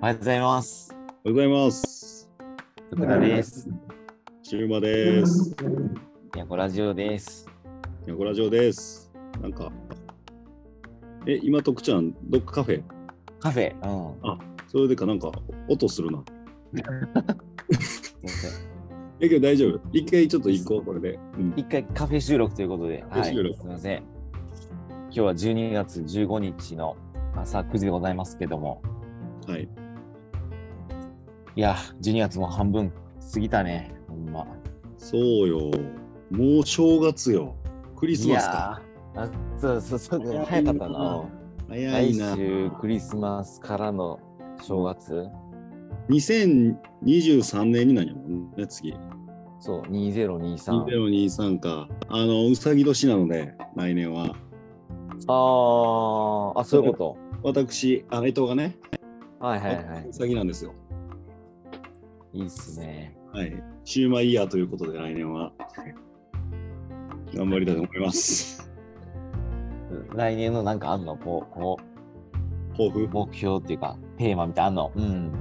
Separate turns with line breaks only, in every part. はようございます。
おはようございます。
徳田です。
シウマです。
いやこラジオです。
ニャコラジオです。なんか、え、今、徳ちゃん、どっかカフェ
カフェ。うん。
それでかなんか、音するな。
すいません
え、けど大丈夫。一回ちょっと行こう、これで。うん。
一回カフェ収録ということで。
カフェ収録
はい、すみません。今日は12月15日の朝9時でございますけども。
はい。
いや、12月も半分過ぎたね。ほんま。
そうよ。もう正月よ。クリスマスか。
いやー。あそうそうそう
早いな
早かったな。
早
来
いな。
週クリスマスからの正月。
2023年になるもんね、次。
そう、2023。
2023か。あの、うさぎ年なので、来年は。
あーあ、そういう こ
私、あ江藤がね、
と。はいはいは
うさぎなんですよ。
い。いいっすね。
はい。シューマイイヤーということで、来年は。頑張りたいと思います。
来年のなんかあんのこう、こ
抱負
う、目標っていうか、テーマみたいなのあんのうん。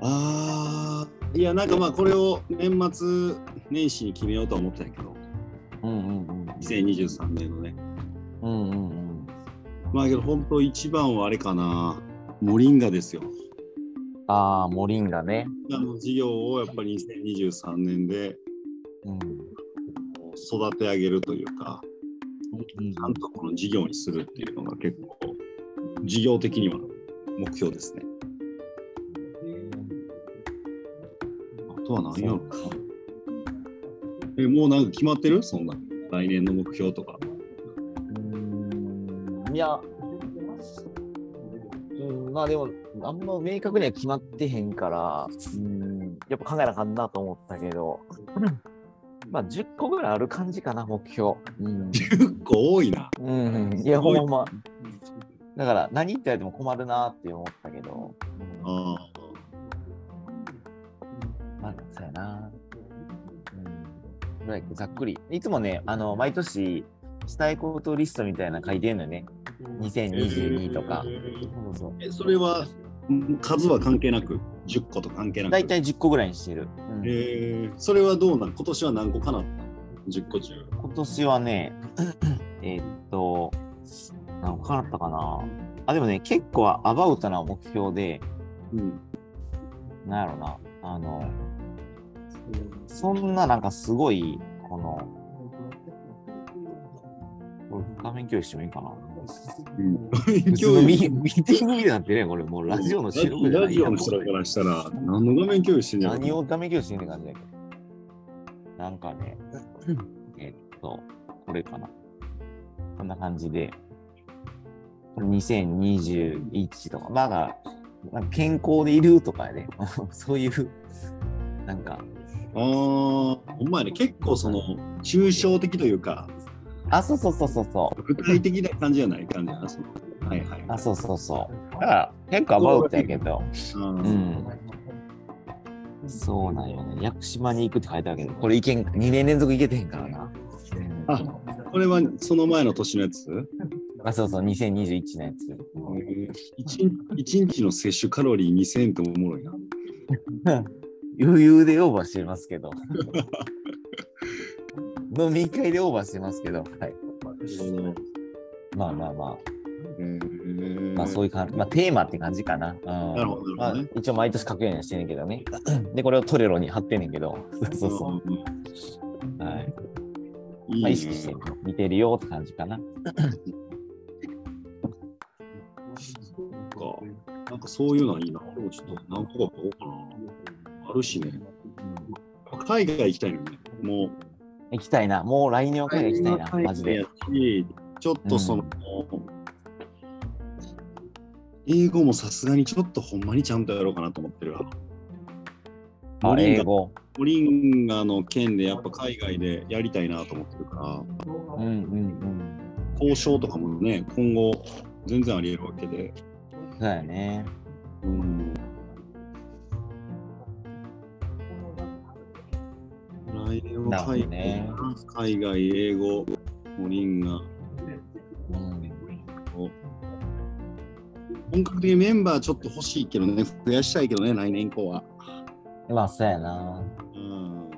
ああ、いや、なんかまあ、これを年末年始に決めようとは思ったんやけど、
うんうんうん。
2023年のね。
うんうんうん。
まあ、けど、本当一番はあれかな、モリンガですよ。
ああ、モリンガね。
あの事業をやっぱり2023年で
うん。
育て上げるというか、ちゃんとこの事業にするっていうのが結構、事業的には目標ですね。あとは何やろうな。え、もうなんか決まってるそんな。来年の目標とか。
うんいや、うん、まあでも、あんま明確には決まってへんから、うん、やっぱ考えなあかんなと思ったけど、まあ10個ぐらいある感じかな、目標。うん。
結構多いな。
うん、いや、ほんま。だから、何言ってやっても困るなって思ったけど、うん
あ
まあ、そうやな。うん。ぐらいざっくり。いつもね、あの、毎年、したいことリストみたいなの書いてんのよね。2022とか。そうそう
え、それは数は関係なく、10個と関係なく。
大体10個ぐらいにしてる。うん
えーそれはどうなん今年は何個かな ?10 個中。
今年はね、 えーっと、何個かなったかな。あ、でもね、結構アバウトな目標で、
うん。
なんやろな、あの、そんななんかすごい、この、これ画面共有してもいいかな。普通のミミーティングみたいになってるやん、これ。もうラジオの収録じゃ
ラ
ない
ジ
や
オ
ん
の人からしたら、何の画面共有してんじゃん。
何を画面共有してんって感じだけど。なんかね、えっと、これかな。こんな感じで、これ2021とか、まだ、なんか健康でいるとかね、 そういう、なんか、
ああ、ほんまやね、結構その、抽象的というか、
あ、そうそうそうそうそう、
具体的な感じじゃない感じやなそのはいはい。
あ、そうそうそう。だから、結構アバウトやけど、
うん
うん。そうなんよね。屋久島に行くって書いてあるけど、これ行けん、2年連続行けてへんからな。うん
あ、これはその前の年のやつ、
あ、そうそう、2021のやつ。
一一日の摂取カロリー2000っておもろいな。
余裕でオーバーしてます けど。飲み会でオーバーしてますけど、はい。まあまあまあ、まあそう
い
いう感じ、まあテーマって感じかな。うん
なるほどな
まあ
るほどね、
一応毎年書くようにはしてんねんけどね。で、これをトレロに貼ってんねんけど、そうそうそ
うん。
う。はい。
いいね
まあ、意識して見てるよって感じかな。
なんかなんかそういうのはいいな。俺もちょっと何個か買おうかな。あるしね。海外行きたいのね。もう。
行きたいな。もう来年は海外行きたいな、マジで。。
ちょっとその、英語もさすがにちょっとほんまにちゃんとやろうかなと思ってるわ。
あ
モリン
英
ガ
語。
モリンガの件でやっぱ海外でやりたいなと思ってるから、
うんうん
交渉とかもね、今後全然あり得るわけで。
うん。そうやね。
うん来年は海外,、
なるほ
海外、英語、モリンガ
うん
を。本格的にメンバーちょっと欲しいけどね、増やしたいけどね、来年以降は。
まあ、そうやな。
うん。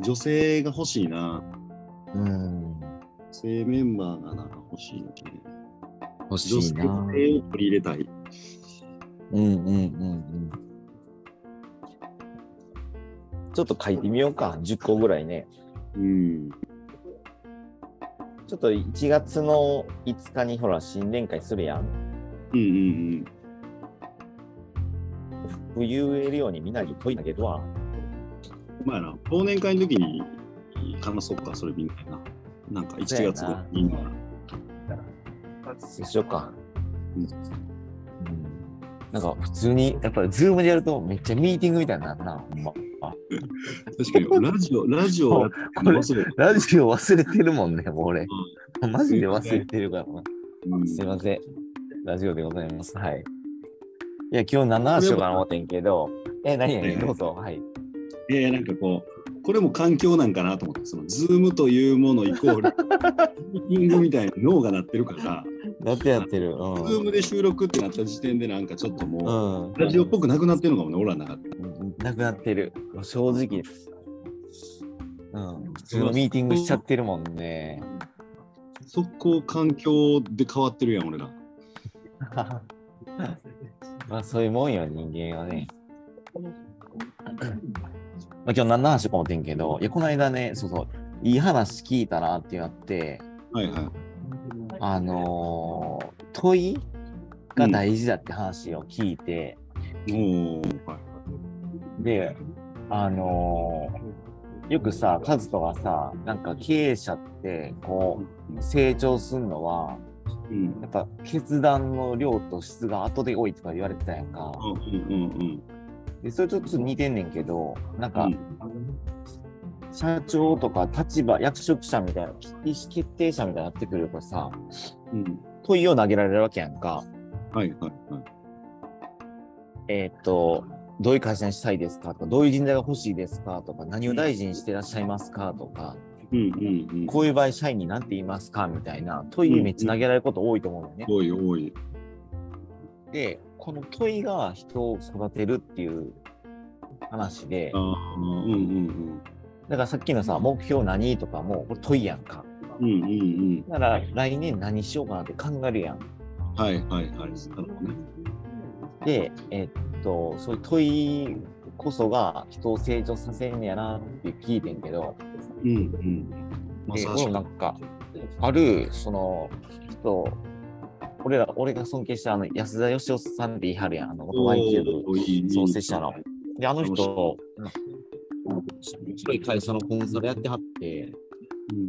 女性が欲しいな。
うん。
女性メンバーがなんか欲しいな。
欲し
女
い
性
な。
を取り入れたい。
うんうんうんうん。ちょっと書いてみようか、10個ぐらいね。
うん。
ちょっと1月の5日にほら、新年会するやん。
うんうん
冬言えるようにみんなに問い投げるわ。
うん。まあな、忘年会の時に話そうか、それみんなな。なんか1
そうや
月
な
にいいな。
そうしようか。
うん
うんなんか普通に、やっぱりズームでやるとめっちゃミーティングみたいになるな、ほんま。
確かに、ラジオ、ラジオやってるの忘 れて
ラジオ忘れてるもんね、もう俺。マジで忘れてるからな。
うん
すいません。ラジオでございます。はい。いや、今日何の話しようかな思ってんけど、え、何
え
々
え
どうぞ。はい。
いやいやなんかこう、これも環境なんかなと思って、その、ズームというものイコール、ミーティングみたいな脳がなってるから、
やってやってる。う
ズームで収録ってなった時点で、なんかちょっともう、
ん。うん。
ラジオっぽくなくなってるのかもね、俺らの中で。
うんなくなってる。もう正直。うん。普通のミーティングしちゃってるもんね。
速攻環境で変わってるやん、俺ら。
まあ、そういうもんよ、人間はね。まあ、今日何の話か思ってんけど、いや、この間ね、そうそう、いい話聞いたなってなって、
はいはい。
あのー問いが大事だって話を聞いて、
おーはい
で、あのーよくさ、カズとかさ、なんか経営者って、こう、成長するのは、
うん
やっぱ決断の量と質が後で多いとか言われてたやんか。
うんうん
で、それちょっと似てんねんけど、なんか
うん、
社長とか立場、役職者みたいな、意思決定者みたいになってくるとさ、
うん
問いを投げられるわけやんか。
はいはいはい。
えーっと、どういう会社にしたいですかとか、どういう人材が欲しいですかとか、何を大事にしてらっしゃいますかとか、
うんうんうん。
こういう場合、社員に何て言いますかみたいな問いめっちゃ投げられること多いと思うんだよね。
多い多い。
で、この問いが人を育てるっていう話で
あ、あ、うんうん
だからさっきのさ、目標何とかも、これ問いやんか。
うん。うんうん
だから来年何しようかなって考えるやん。
うん。はいはいはい。なるほどね。
で、えっと、そういう問いこそが人を成長させんねやなって聞いてんけど、
うんうん。ま
で
さ
俺も
しく。
なんか、ある、その、人、俺ら、俺が尊敬したあの安田義雄さんって言い張るやん、あの、元 Y キューブ。創設者ので、あの人、白い会社のコンサルやってはって、
うん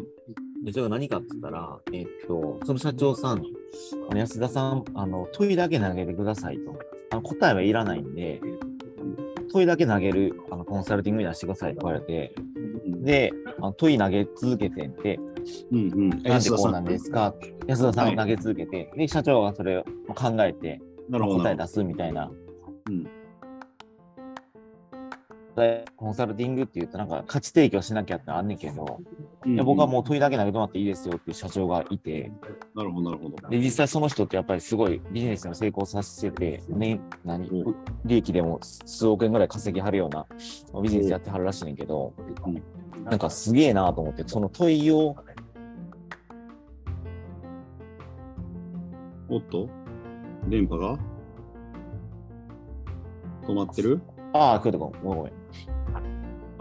で、それが何かって言ったら、えっと、その社長さん、あの安田さん、あの、問いだけ投げてくださいと。あの答えはいらないんで、問いだけ投げる、あの、コンサルティングに出してくださいって言われて、で、あの問い投げ続けてって、
うんうん。
なんでこうなんですか安田さん
は
投げ続けて、で、社長がそれを考えて、
なるほど。
答え出すみたいな。
うん
コンサルティングって言うと、なんか価値提供しなきゃってあんねんけど、
うん
いや僕はもう問いだけ投げてもらっていいですよっていう社長がいて、
なるほど、なるほど。
で、実際その人ってやっぱりすごいビジネスの成功させてて、ね、何
う、
利益でも数億円ぐらい稼ぎはるようなビジネスやってはるらしいねんけど、なんかすげえなと思って、その問いを、
おっと電波が止まってる
ああ、来るとこ、ごめんごめん。
あ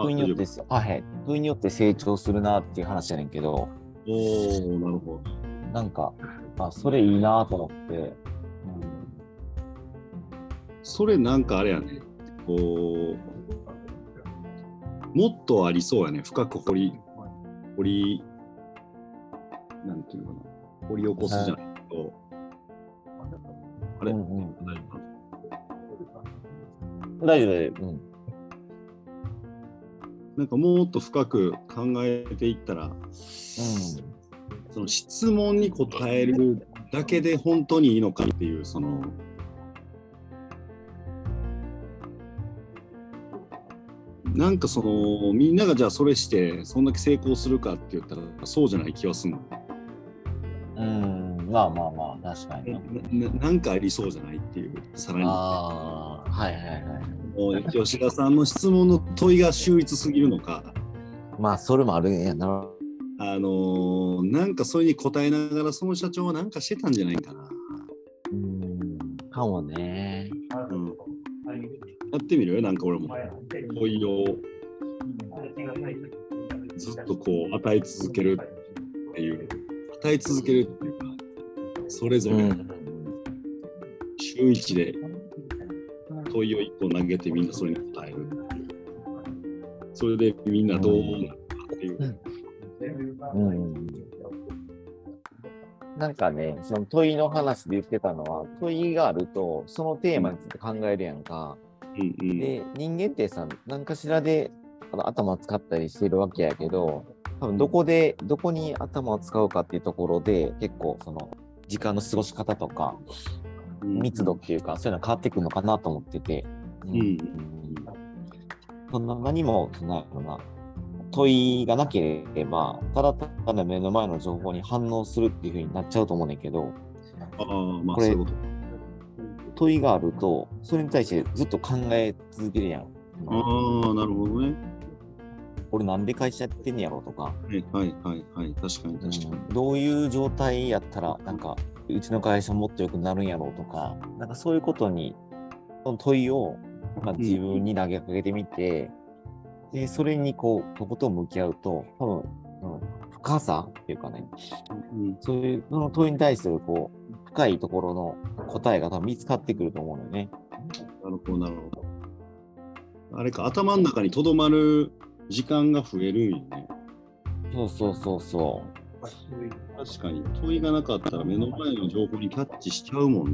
問いによって
大
ですよ、あはい、問いによって成長するなっていう話やねんけど、
丈夫おー、なるほど。
なんか、あ、それいいなと思って、
それなんかあれやね。こう、もっとありそうやね。深く掘り、掘り、なんていうのかな。掘り起こすじゃないけど。あ
うん、
れ
うんうん。
大丈夫かな
大丈夫大丈夫うん。
なんかもっと深く考えていったら、その質問に答えるだけで本当にいいのかっていうそのなんかそのみんながじゃあそれしてそんだけ成功するかって言ったらそうじゃない気はするの
うん。うん。うん、まあまあまあ、確かにな。
ななんかありそうじゃないっていう、さらに。
ああ、はいはいはい。
もう吉田さんの質問の問いが秀逸すぎるのか、
まあ、それもあるんやな。
あのーなんかそれに答えながら、その社長はなんかしてたんじゃないかな。
うん、かもね。
うん、やってみるなんか俺も。問いをずっとこう与え続けるっていう、与え続けるっていうか、それぞれ
ん。
週一で問いを一個投げてみんなそれに答える。それでみんなどうなるかっていう。
うんなんかね、その問いの話で言ってたのは、問いがあると、そのテーマについて考えるやんか。
うんうん
で、人間ってさ、何かしらであの頭使ったりしてるわけやけど、多分どこで、どこに頭を使うかっていうところで、結構その、時間の過ごし方とか、
うん
密度っていうか、そういうの変わってくるのかなと思ってて。うんそんな何もないのな。問いがなければ、ただただ目の前の情報に反応するっていう風になっちゃうと思うねんだけど、
ああ、まあ
こ
そ
れ
ういうこと。
問いがあると、それに対してずっと考え続けるやん。
ああ、なるほどね。
俺なんで会社やってんねやろとか、
はいはいはいはい。確かに確かに。
うんどういう状態やったら、なんか、うちの会社もっと良くなるんやろうとか、なんかそういうことに、その問いを、まあ、自分に投げかけてみて、で、それにこう、とことん向き合うと、多分、うん、深さっていうかね、
うん
そういう、その問いに対する、こう、深いところの答えが多分見つかってくると思うのよね。
なるほど、なるほど。あれか、頭の中にとどまる時間が増えるんよね。
そうそうそうそう。
確かに、問いがなかったら目の前の情報にキャッチしちゃうも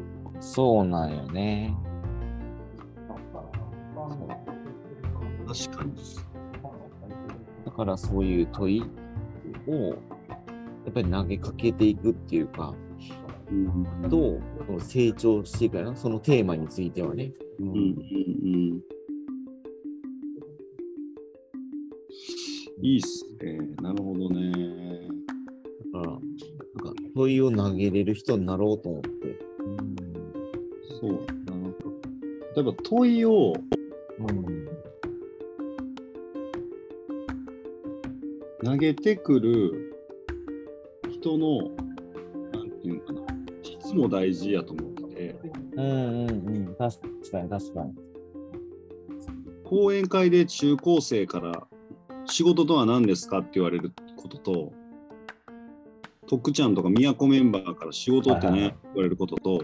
ん
そうなんよね。
な。確かに。
だからそういう問いを、やっぱり投げかけていくっていうか、
うん
どうこの成長していくかな、そのテーマについてはね。う
うんうんうん。いいっすね。なるほどね。
だから、なんか問いを投げれる人になろうと思って。
そうやな。例えば問いを
うん
投げてくる人の、なんていうのかな、質も大事やと思ってて、
うんうんうん、確かに確かに。
講演会で中高生から仕事とは何ですかって言われることと、とっくちゃんとか宮古メンバーから仕事って
はいはい
ねって言われることと、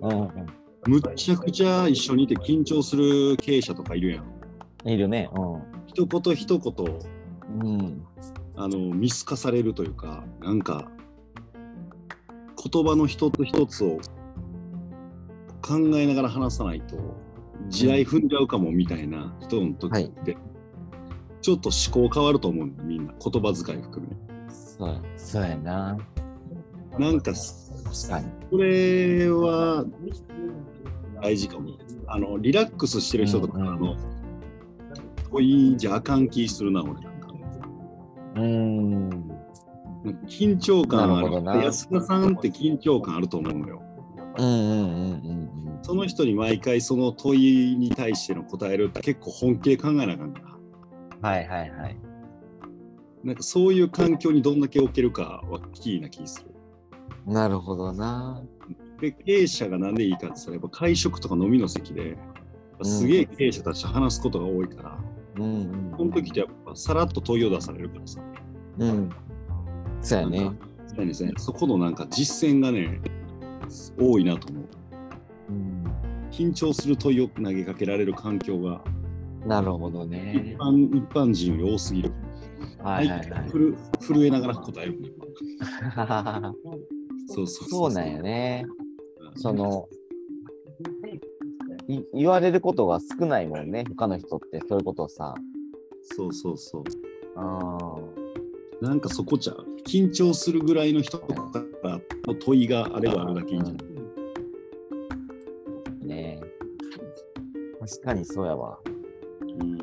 うん
むっちゃくちゃ一緒にいて緊張する経営者とかいるやん。
うん、いるね。
一言一言、
うん。うん。
あの見透かされるというか、なんか、言葉の一つ一つを考えながら話さないと、地雷踏んじゃうかもみたいな人の時って、ちょっと思考変わると思うんだ、みんな、言葉遣い含め。
そうやそうやな。
なんか、
確かに。
これは大事かも。あの、リラックスしてる人とかからの、こいじゃあかん気するな、俺なんか。
うん。
なんか緊張感
なるほど
あ
な
る。安田さんって緊張感あると思うのよ。
うんうんうんうん
その人に毎回その問いに対しての答えるって結構本気で考えなあかんから。
うん。はいはいはい。
なんかそういう環境にどんだけ置けるかはキーな気する。
なるほどな。
で、経営者がなんでいいかって言ったら、やっぱ会食とか飲みの席で、すげえ経営者たちと話すことが多いから、
うん
その時ってやっぱさらっと問いを出されるからさ。
うん。うん。そうや
な
ね
ん。かそうですねそこのなんか実践がね、多いなと思う。
うん。
緊張する問いを投げかけられる環境が
なるほど
一
ね。
般一般人より多すぎる。
はいはいはい
相手。震震えながら答える。 そうそう
そうなんや。ね。
うん
そのい言われることが少ないもんね。他の人ってそういうことをさ。
そうそうそ
う
う。なんかそこちゃう。緊張するぐらいの人とかの問いがあればあるだけいいんじゃない
ん。ね確かにそうやわ。
うん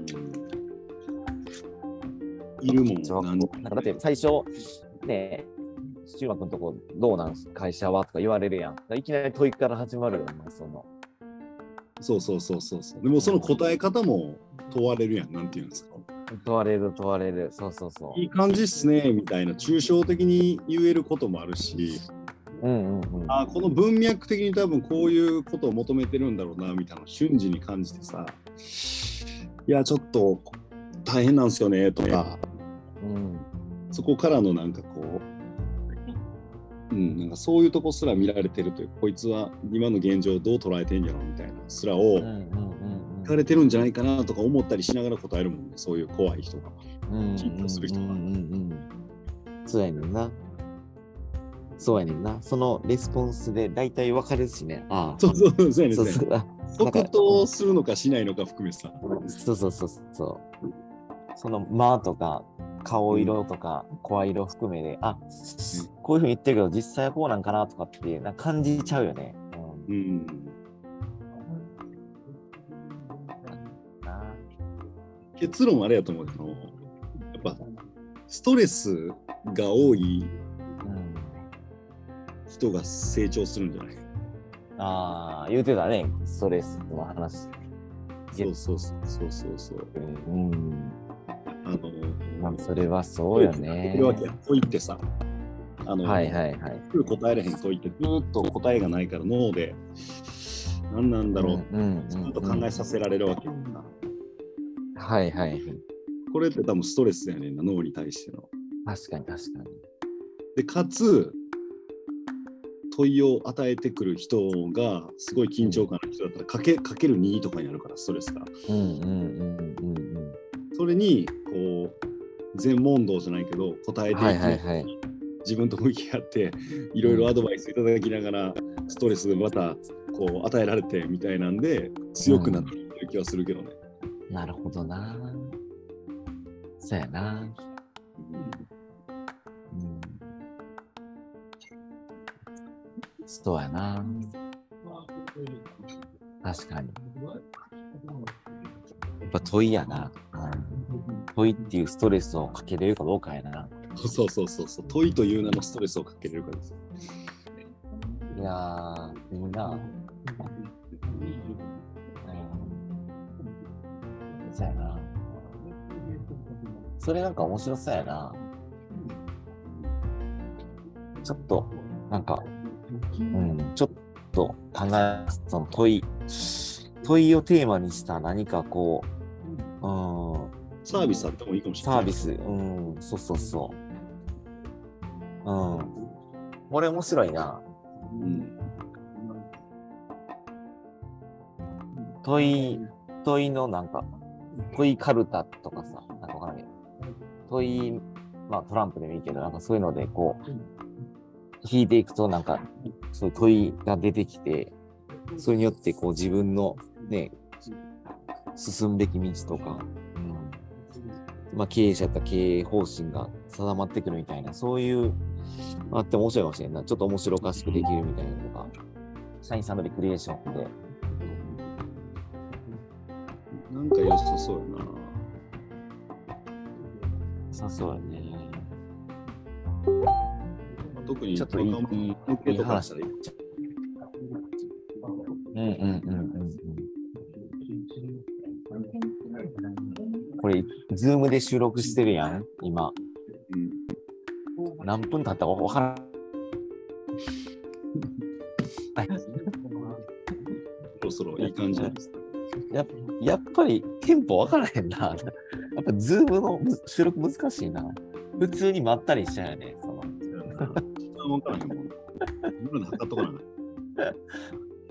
いるもん。
そう
なん
なんかだって最初、ね中学のとこどうなんす会社はとか言われるやん。だからいきなり問いから始まるよね、その。
そうそうそうそうそう。でもその答え方も問われるやん。なんていうんですか。
問われる問われる。そうそうそ
いい感じっすねみたいな抽象的に言えることもあるし、
う。うんうんうん。
あーこの文脈的に多分こういうことを求めてるんだろうなみたいなのを瞬時に感じてさ、いや、ちょっと大変なんですよねとか、
うん
そこからのなんかこう、うん、なんかそういうとこすら見られてるというか、こいつは今の現状をどう捉えてんやろみたいなすらを
うんう。んうんうん
聞かれてるんじゃないかなとか思ったりしながら答えるもんね、そういう怖い人が。緊張する人が
うんうんうんうんそうやねんな。そうやねんな。そのレスポンスで大体わかるしね。ああ。
そうそう、そうやね
そ
そううやね
そう。あ
即答するのかしないのか含めさ。
そうそうそうそう。その間とか顔色とか声色含めで、あこういうふうに言ってるけど実際はこうなんかなとかってなんか感じちゃうよね。うん
うん。結論あれやと思うけど、やっぱストレスが多い
うん
人が成長するんじゃない
ああ、言うてたね、ストレスの話。
そうそうそうそうそうそう。
うん。
あの、
まあ、それはそうよね。
これは結構いってさ、あの、
はいはいはい。
すぐ答えらへんといって、ずーっと答えがないから脳で、何なんだろう、
うんうん
ず
うん
っと
うん
考えさせられるわけやんな。
はいはいはい。
これって多分ストレスやねんな、脳に対しての。
確かに確かに。
で、かつ、問いを与えてくる人がすごい緊張感の人だったらかけかける2とかになるからストレスが
うんうんうんうん
それにこう全問答じゃないけど答
うん。
えていく、
はいはいはい。
自分と向き合っていろいろアドバイスいただきながらストレスがまたこう与えられてみたいなんで強くなっている気はするけどね。
なるほどな。そうやな。うん。そうやな。確かに。やっぱ問いやな。問いっていうストレスをかけれるかどうかやな。
そうそうそうそう問いという名のストレスをかけれるからです。
いやー、いいな。うんそうやな。それなんか面白そうやな。ちょっと、なんか、うん、ちょっと考え、その問い、問いをテーマにした何かこう、うん、
サービスあってもいいかもしれない。
サービス、うん、そうそうそう。うん。これ面白いな。
うん
問い、問いのなんか、問いカルタとかさ、なんかわからんけど、問い、まあトランプでもいいけど、なんかそういうのでこう、引いていくとなんか、そういう問いが出てきて、それによってこう自分のね、進むべき道とか、うん、まあ経営者やったら経営方針が定まってくるみたいな、そういう、あって面白いかもしれんないな。ちょっと面白おかしくできるみたいなのが、社員さんのレクリエーションで、
なんか良さそうやな。
さそうやね。
まあ特に
ちょっといい
若者向けとかしたらいいかもし
うんうんうんうんうん。これ、ズームで収録してるやん、今。
れない
何分経ったか分からん。
うんそろそろいい感じです。
やっぱりテンポ分からへんな。やっぱ、ズームの収録難しいな。普通にまったりしちゃうよね。その
時間わからへんもん。今の測っとかな。
ま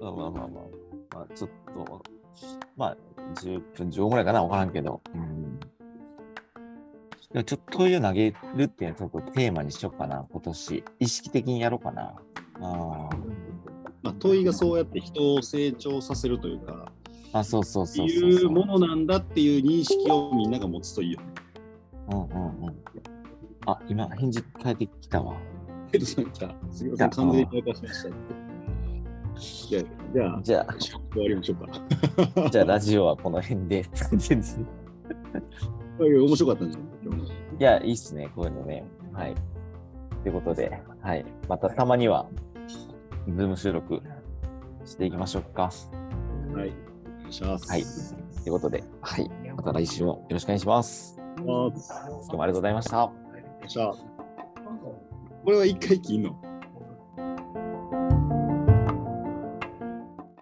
あまあまあまあ、まあ、ちょっと、まあ、10分、15分ぐらいかな、わからんけど。うん。でもちょっと問いを投げるっていうのはちょっとテーマにしようかな、今年。意識的にやろうかな。あ
まあ、問いがそうやって人を成長させるというか、
あ。あ、そうそうそうそう
い
そう
ものなんだっていう認識をみんなが持つといいよね。
うんうんうん。あ、今、返事変えてきたわ。
けど、なんか、杉浦さん、完全に投下しました。じゃあ、じゃあ、
じゃあ、
終わりましょうか。
じゃあラ ジオはこの辺で。
面白かったんじゃない今日の
いや、いいっすね、こういうのね。はい。ということで、はい。またたまには、ズーム収録していきましょうか。
はい。お願いします。
はい。ということで、はい。また来週もよろしくお願いします。
お願いします
どうもありがとうございました。
よっしゃこれは一回切んの